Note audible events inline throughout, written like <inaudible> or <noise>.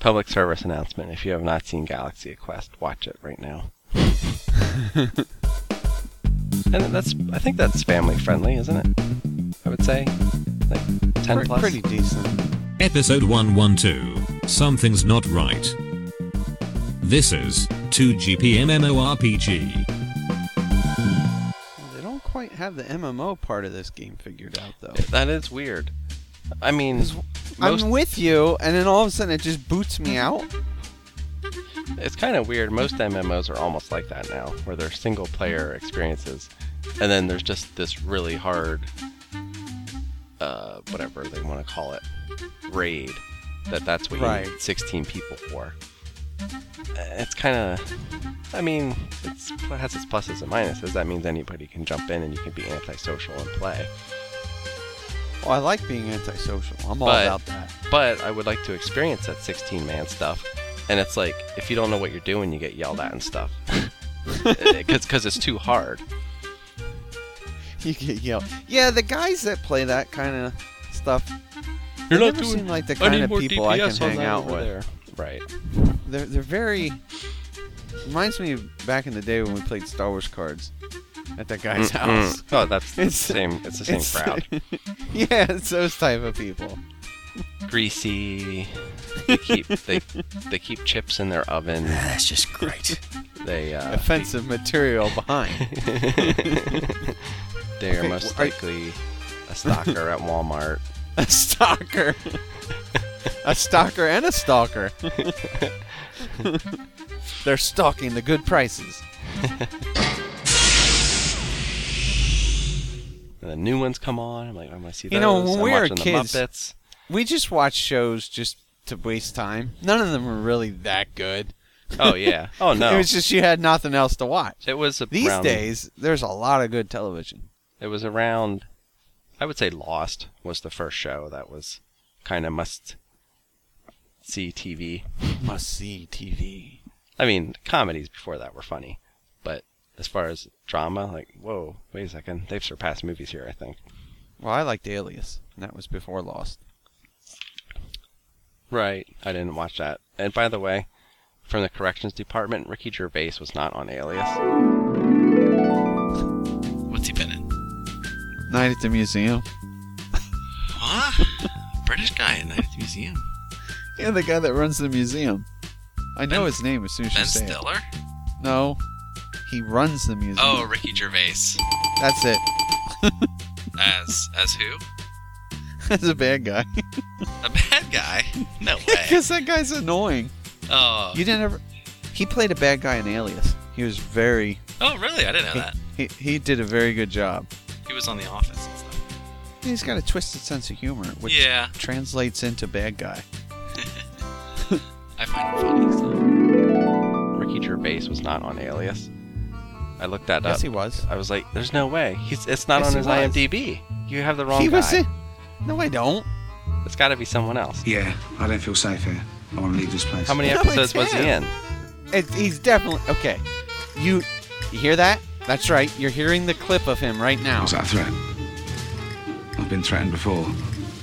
public service announcement. If you have not seen Galaxy Quest, watch it right <laughs> now. and that's I think that's family friendly, isn't it? I would say like ten Pre- plus. Pretty decent. Episode 112 Something's Not Right. This is 2GPMMORPG. They don't quite have the MMO part of this game figured out though. That is weird. I mean, most, I'm with you, and then all of a sudden it just boots me out. it's kind of weird. Most MMOs are almost like that now, where they're single player experiences, and then there's just this really hard, uh, whatever they want to call it, raid. That that's what Right. you need 16 people for. Uh, It's kind of, I mean, it's, it has its pluses and minuses. That means anybody can jump in and you can be antisocial and play. Well, Oh, I like being antisocial. I'm all But- about that. <laughs> but I would like to experience that 16 man stuff. And it's like, if you don't know what you're doing, you get yelled at and stuff. <laughs> Because it's too hard. You get yelled. Yeah, the guys that play that kind of stuff. You're they not never doing- seem like the kind of people I can hang out with. <laughs> Right. They're they're very. Reminds me of back in the day when we played Star Wars cards at that guy's house. Oh, that's it's, It's- the same. It's the same It's- crowd. <laughs> yeah, it's those type of people. Greasy. <laughs> They keep they they keep chips in their oven. Ah, That's just great. They uh, <laughs> Offensive material behind. they are Okay, most are- likely a stalker at Walmart. <laughs> a stalker. a stalker and a stalker. They're stalking the good prices. And the new ones come on. I'm like, I'm gonna see those. You know, when I'm we were watching the kids- Muppets. We just watch shows just to waste time. None of them were really that good. Oh <laughs> yeah. Oh no. It was just you had nothing else to watch. It was around, These days, there's a lot of good television. It was around. I would say Lost was the first show that was kind of must see TV. Must see TV. I mean, comedies before that were funny, but as far as drama, like, whoa, wait a second, they've surpassed movies here. I think. Well, I liked Alias, and that was before Lost. Right. I didn't watch that. And by the way, from the corrections department, Ricky Gervais was not on Alias. What's he been in? Night at the Museum. Huh? Ah, British guy in the museum. Yeah, the guy that runs the museum. I know Ben- his name as soon as you Ben say it. Stiller? No, he runs the museum. Oh, Ricky Gervais. That's it. As as who? <laughs> That's a bad guy. A bad guy? <laughs> <laughs> No way. Because that guy's annoying. Oh. You didn't ever. He played a bad guy in Alias. He was very. Oh, really? I didn't know that. He, he did a very good job. He was on The Office and stuff. He's got a twisted sense of humor, which Yeah. translates into bad guy. I find him funny. So. Ricky Gervais was not on Alias. I looked that up. Yes, he was. I was like, "There's no way. He's it's not Yes, on he his was. IMDb. You have the wrong he guy. was. in- No, I don't. It's got to be someone else. Yeah, I don't feel safe here. I want to leave this place. How many No, episodes it's was he in? him. It, he's definitely okay. You, you hear that? That's right. You're hearing the clip of him right now. Was that a threat? I've been threatened before.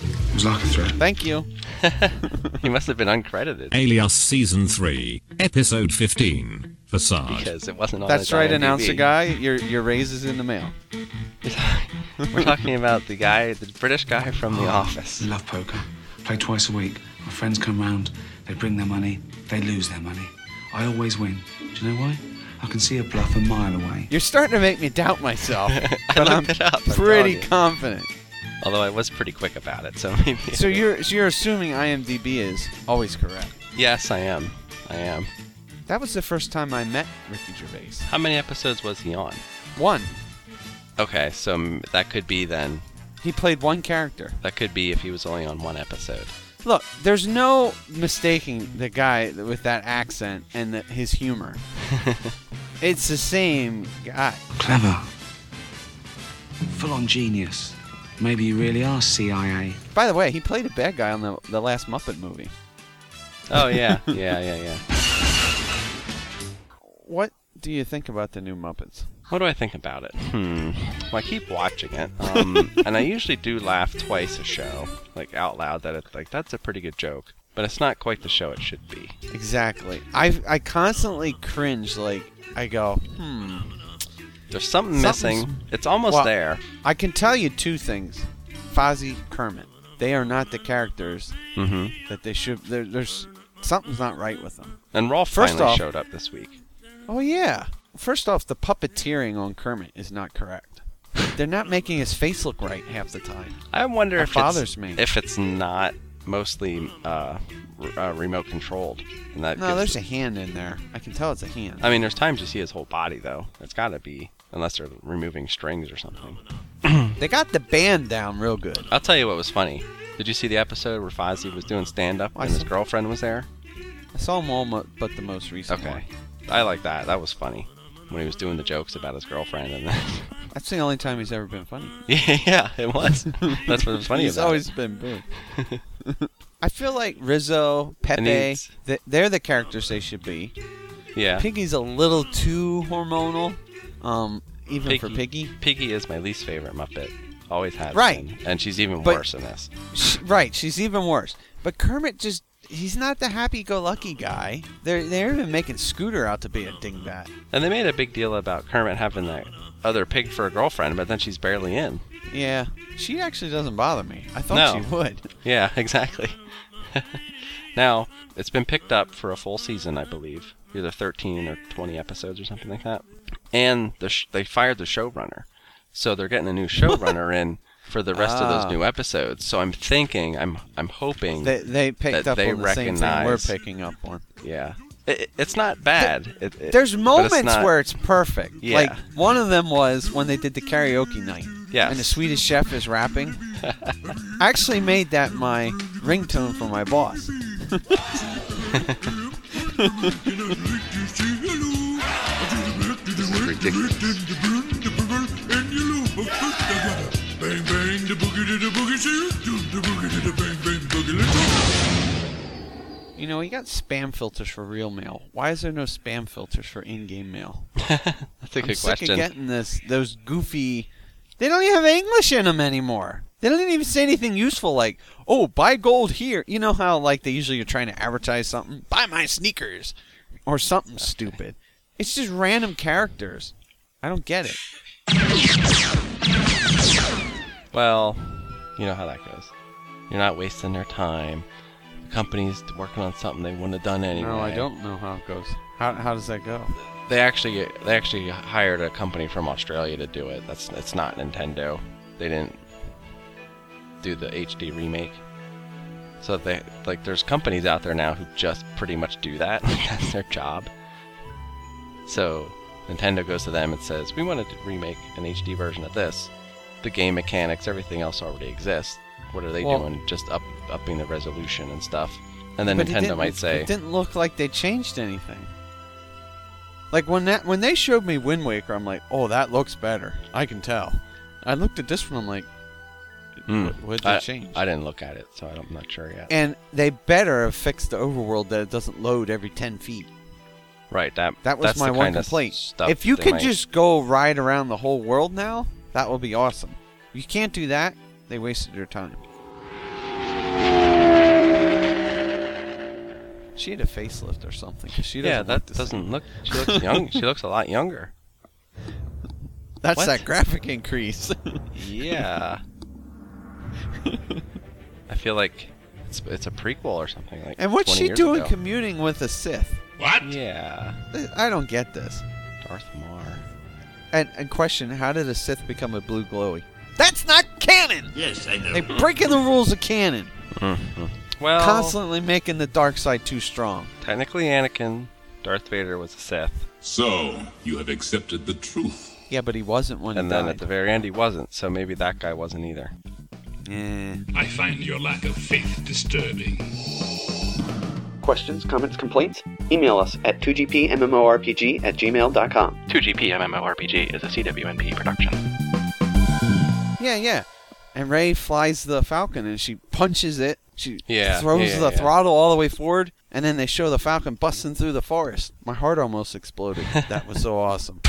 It was like a threat. Thank you. He must have been <laughs> uncredited Alias Season 3, Episode 15, Facade. because it wasn't on That's his right, IMDb. announcer guy. Your your raise is in the mail. We're talking about the guy, the British guy from The Office. I love poker. Play twice a week. My friends come round. They bring their money. They lose their money. I always win. Do you know why? I can see a bluff a mile away. You're starting to make me <laughs> doubt myself, but looked I'm it up, I'm pretty telling you. confident. Although I was pretty quick about it, so <laughs> maybe. So you're so you're assuming IMDb is always correct. Yes, I am. I am. That was the first time I met Ricky Gervais. How many episodes was he on? One, Okay, so mm, that could be then. he played one character. That could be if he was only on one episode. Look, there's no mistaking the guy with that accent and the, his humor. it's the same guy. Clever. Full on genius. Maybe you really are CIA. By the way, he played a bad guy on the the last Muppet movie. Oh <laughs> yeah, yeah, yeah, yeah. What do you think about the new Muppets? What do I think about it? Hmm. Well, I keep watching it, <laughs> um, and I usually do laugh twice a show, like out loud. That it's like that's a pretty good joke. but it's not quite the show it should be. Exactly. I I constantly cringe. Like I go, hmm. There's something Something's- missing. It's almost Well- there. I can tell you two things. Fozzie Kermit. They are not the characters hmm that they should. There, there's something's not right with them. And Rolf First finally off- showed up this week. Oh yeah. First off, the puppeteering on Kermit is not correct. They're not making his face look right half the time. I wonder That if bothers it's, me. if it's not mostly uh, r- uh, remote controlled. And that No, gives- there's a hand in there. I can tell it's a hand. I mean, there's times you see his whole body though. It's got to be unless they're removing strings or something. They got the band down real good. I'll tell you what was funny. Did you see the episode where Fozzie was doing stand up Oh, I and his saw- girlfriend was there? I saw them all, mo- but the most recent one. Okay. I like that. That was funny. When he was doing the jokes about his girlfriend and then <laughs> That's the only time he's ever been funny. Yeah, yeah, it was. That's what was funny he's about always it. been big. <laughs> I feel like Rizzo, Pepe, he's- th- they're the characters they should be. Yeah. Piggy's a little too hormonal, um, even for Piggy. Piggy is my least favorite Muppet. Always has. Right. been. And she's even But- worse in this. Sh right, she's even worse. But Kermit just. He's not the happy-go-lucky guy. They're they're even making Scooter out to be a dingbat. And they made a big deal about Kermit having that other pig for a girlfriend, but then she's barely in. Yeah, she actually doesn't bother me. I thought No. she would. Yeah, <laughs> exactly. now, it's been picked up for a full season, I believe, either 13 or 20 episodes or something like that. And the sh- they fired the showrunner. So they're getting a new showrunner in for the rest of Ah. those new episodes. So I'm thinking, I'm I'm hoping They they picked that up they on the same thing we're recognize- picking up on. Yeah. It, it- it's not bad. It- it- There's but it's moments not- where it's perfect. Yeah. Like one of them was when they did the karaoke night. Yes. And the Swedish chef is rapping. I actually made that my ringtone for my boss. This is ridiculous. Bang bang the boogie to the boogie shoot, do the boogie to the bang bang boogie. Let's go. You know, you got spam filters for real mail. Why is there no spam filters for in-game mail? That's a I'm good sick of question. getting this. Those goofy. They don't even have English in them anymore. They don't even say anything useful like, "Oh, buy gold here." You know how like they usually are trying to advertise something, "Buy my sneakers," or something stupid. It's just random characters. I don't get it. Well, you know how that goes. You're not wasting their time. The company's working on something they wouldn't have done anyway. know how it goes. How, how does that go? They actually they actually hired a company from Australia to do it. That's it's not Nintendo. They didn't do the HD remake. So they like there's companies out there now who just pretty much do that. <laughs> That's their job. So Nintendo goes to them and says, "We want to remake an HD version of this. The game mechanics, everything else already exists. What are they Well- doing? Just up upping the resolution and stuff." And then But it Nintendo didn't- might say, it didn't look like they changed anything. Like when that when they showed me Wind Waker, I'm like, oh, that looks better. I can tell. I looked at this one, I'm like, Hmm. what, what did I, they change? I didn't look at it, so I don't- I'm not sure yet. and they better have fixed the overworld that it doesn't load every ten feet. Right. That That was that's my the one kind of complaint. Stuff if you they could might- just go ride around the whole world now, that would be awesome. You can't do that. They wasted their time. She had a facelift or something. 'cause She doesn't yeah, look that the same. doesn't look. She <laughs> looks young. she looks a lot younger. That's What? that graphic increase. <laughs> Yeah. <laughs> I feel like it's, it's a prequel or something like. and what's 20 she years doing ago. commuting with a Sith? yeah, I don't get this. Darth Maul. And, and question: How did a Sith become a blue glowy? That's not canon. Yes, I know. They're breaking the rules of canon, Well, constantly making the dark side too strong. technically Anakin, Darth Vader was a Sith, So, you have accepted the truth. Yeah, but he wasn't when and he then at died. the very end he wasn't. So maybe that guy wasn't either. Eh. I find your lack of faith disturbing. Questions, comments, complaints? Email us at 2gpmmorpg at gmail.com. 2GP MMORPG is a CWNP production. Yeah, yeah. And Ray flies the Falcon and she punches it. She Yeah, throws yeah, the yeah. throttle all the <laughs> way forward, and then they show the Falcon busting through the forest. My heart almost exploded. that was so awesome.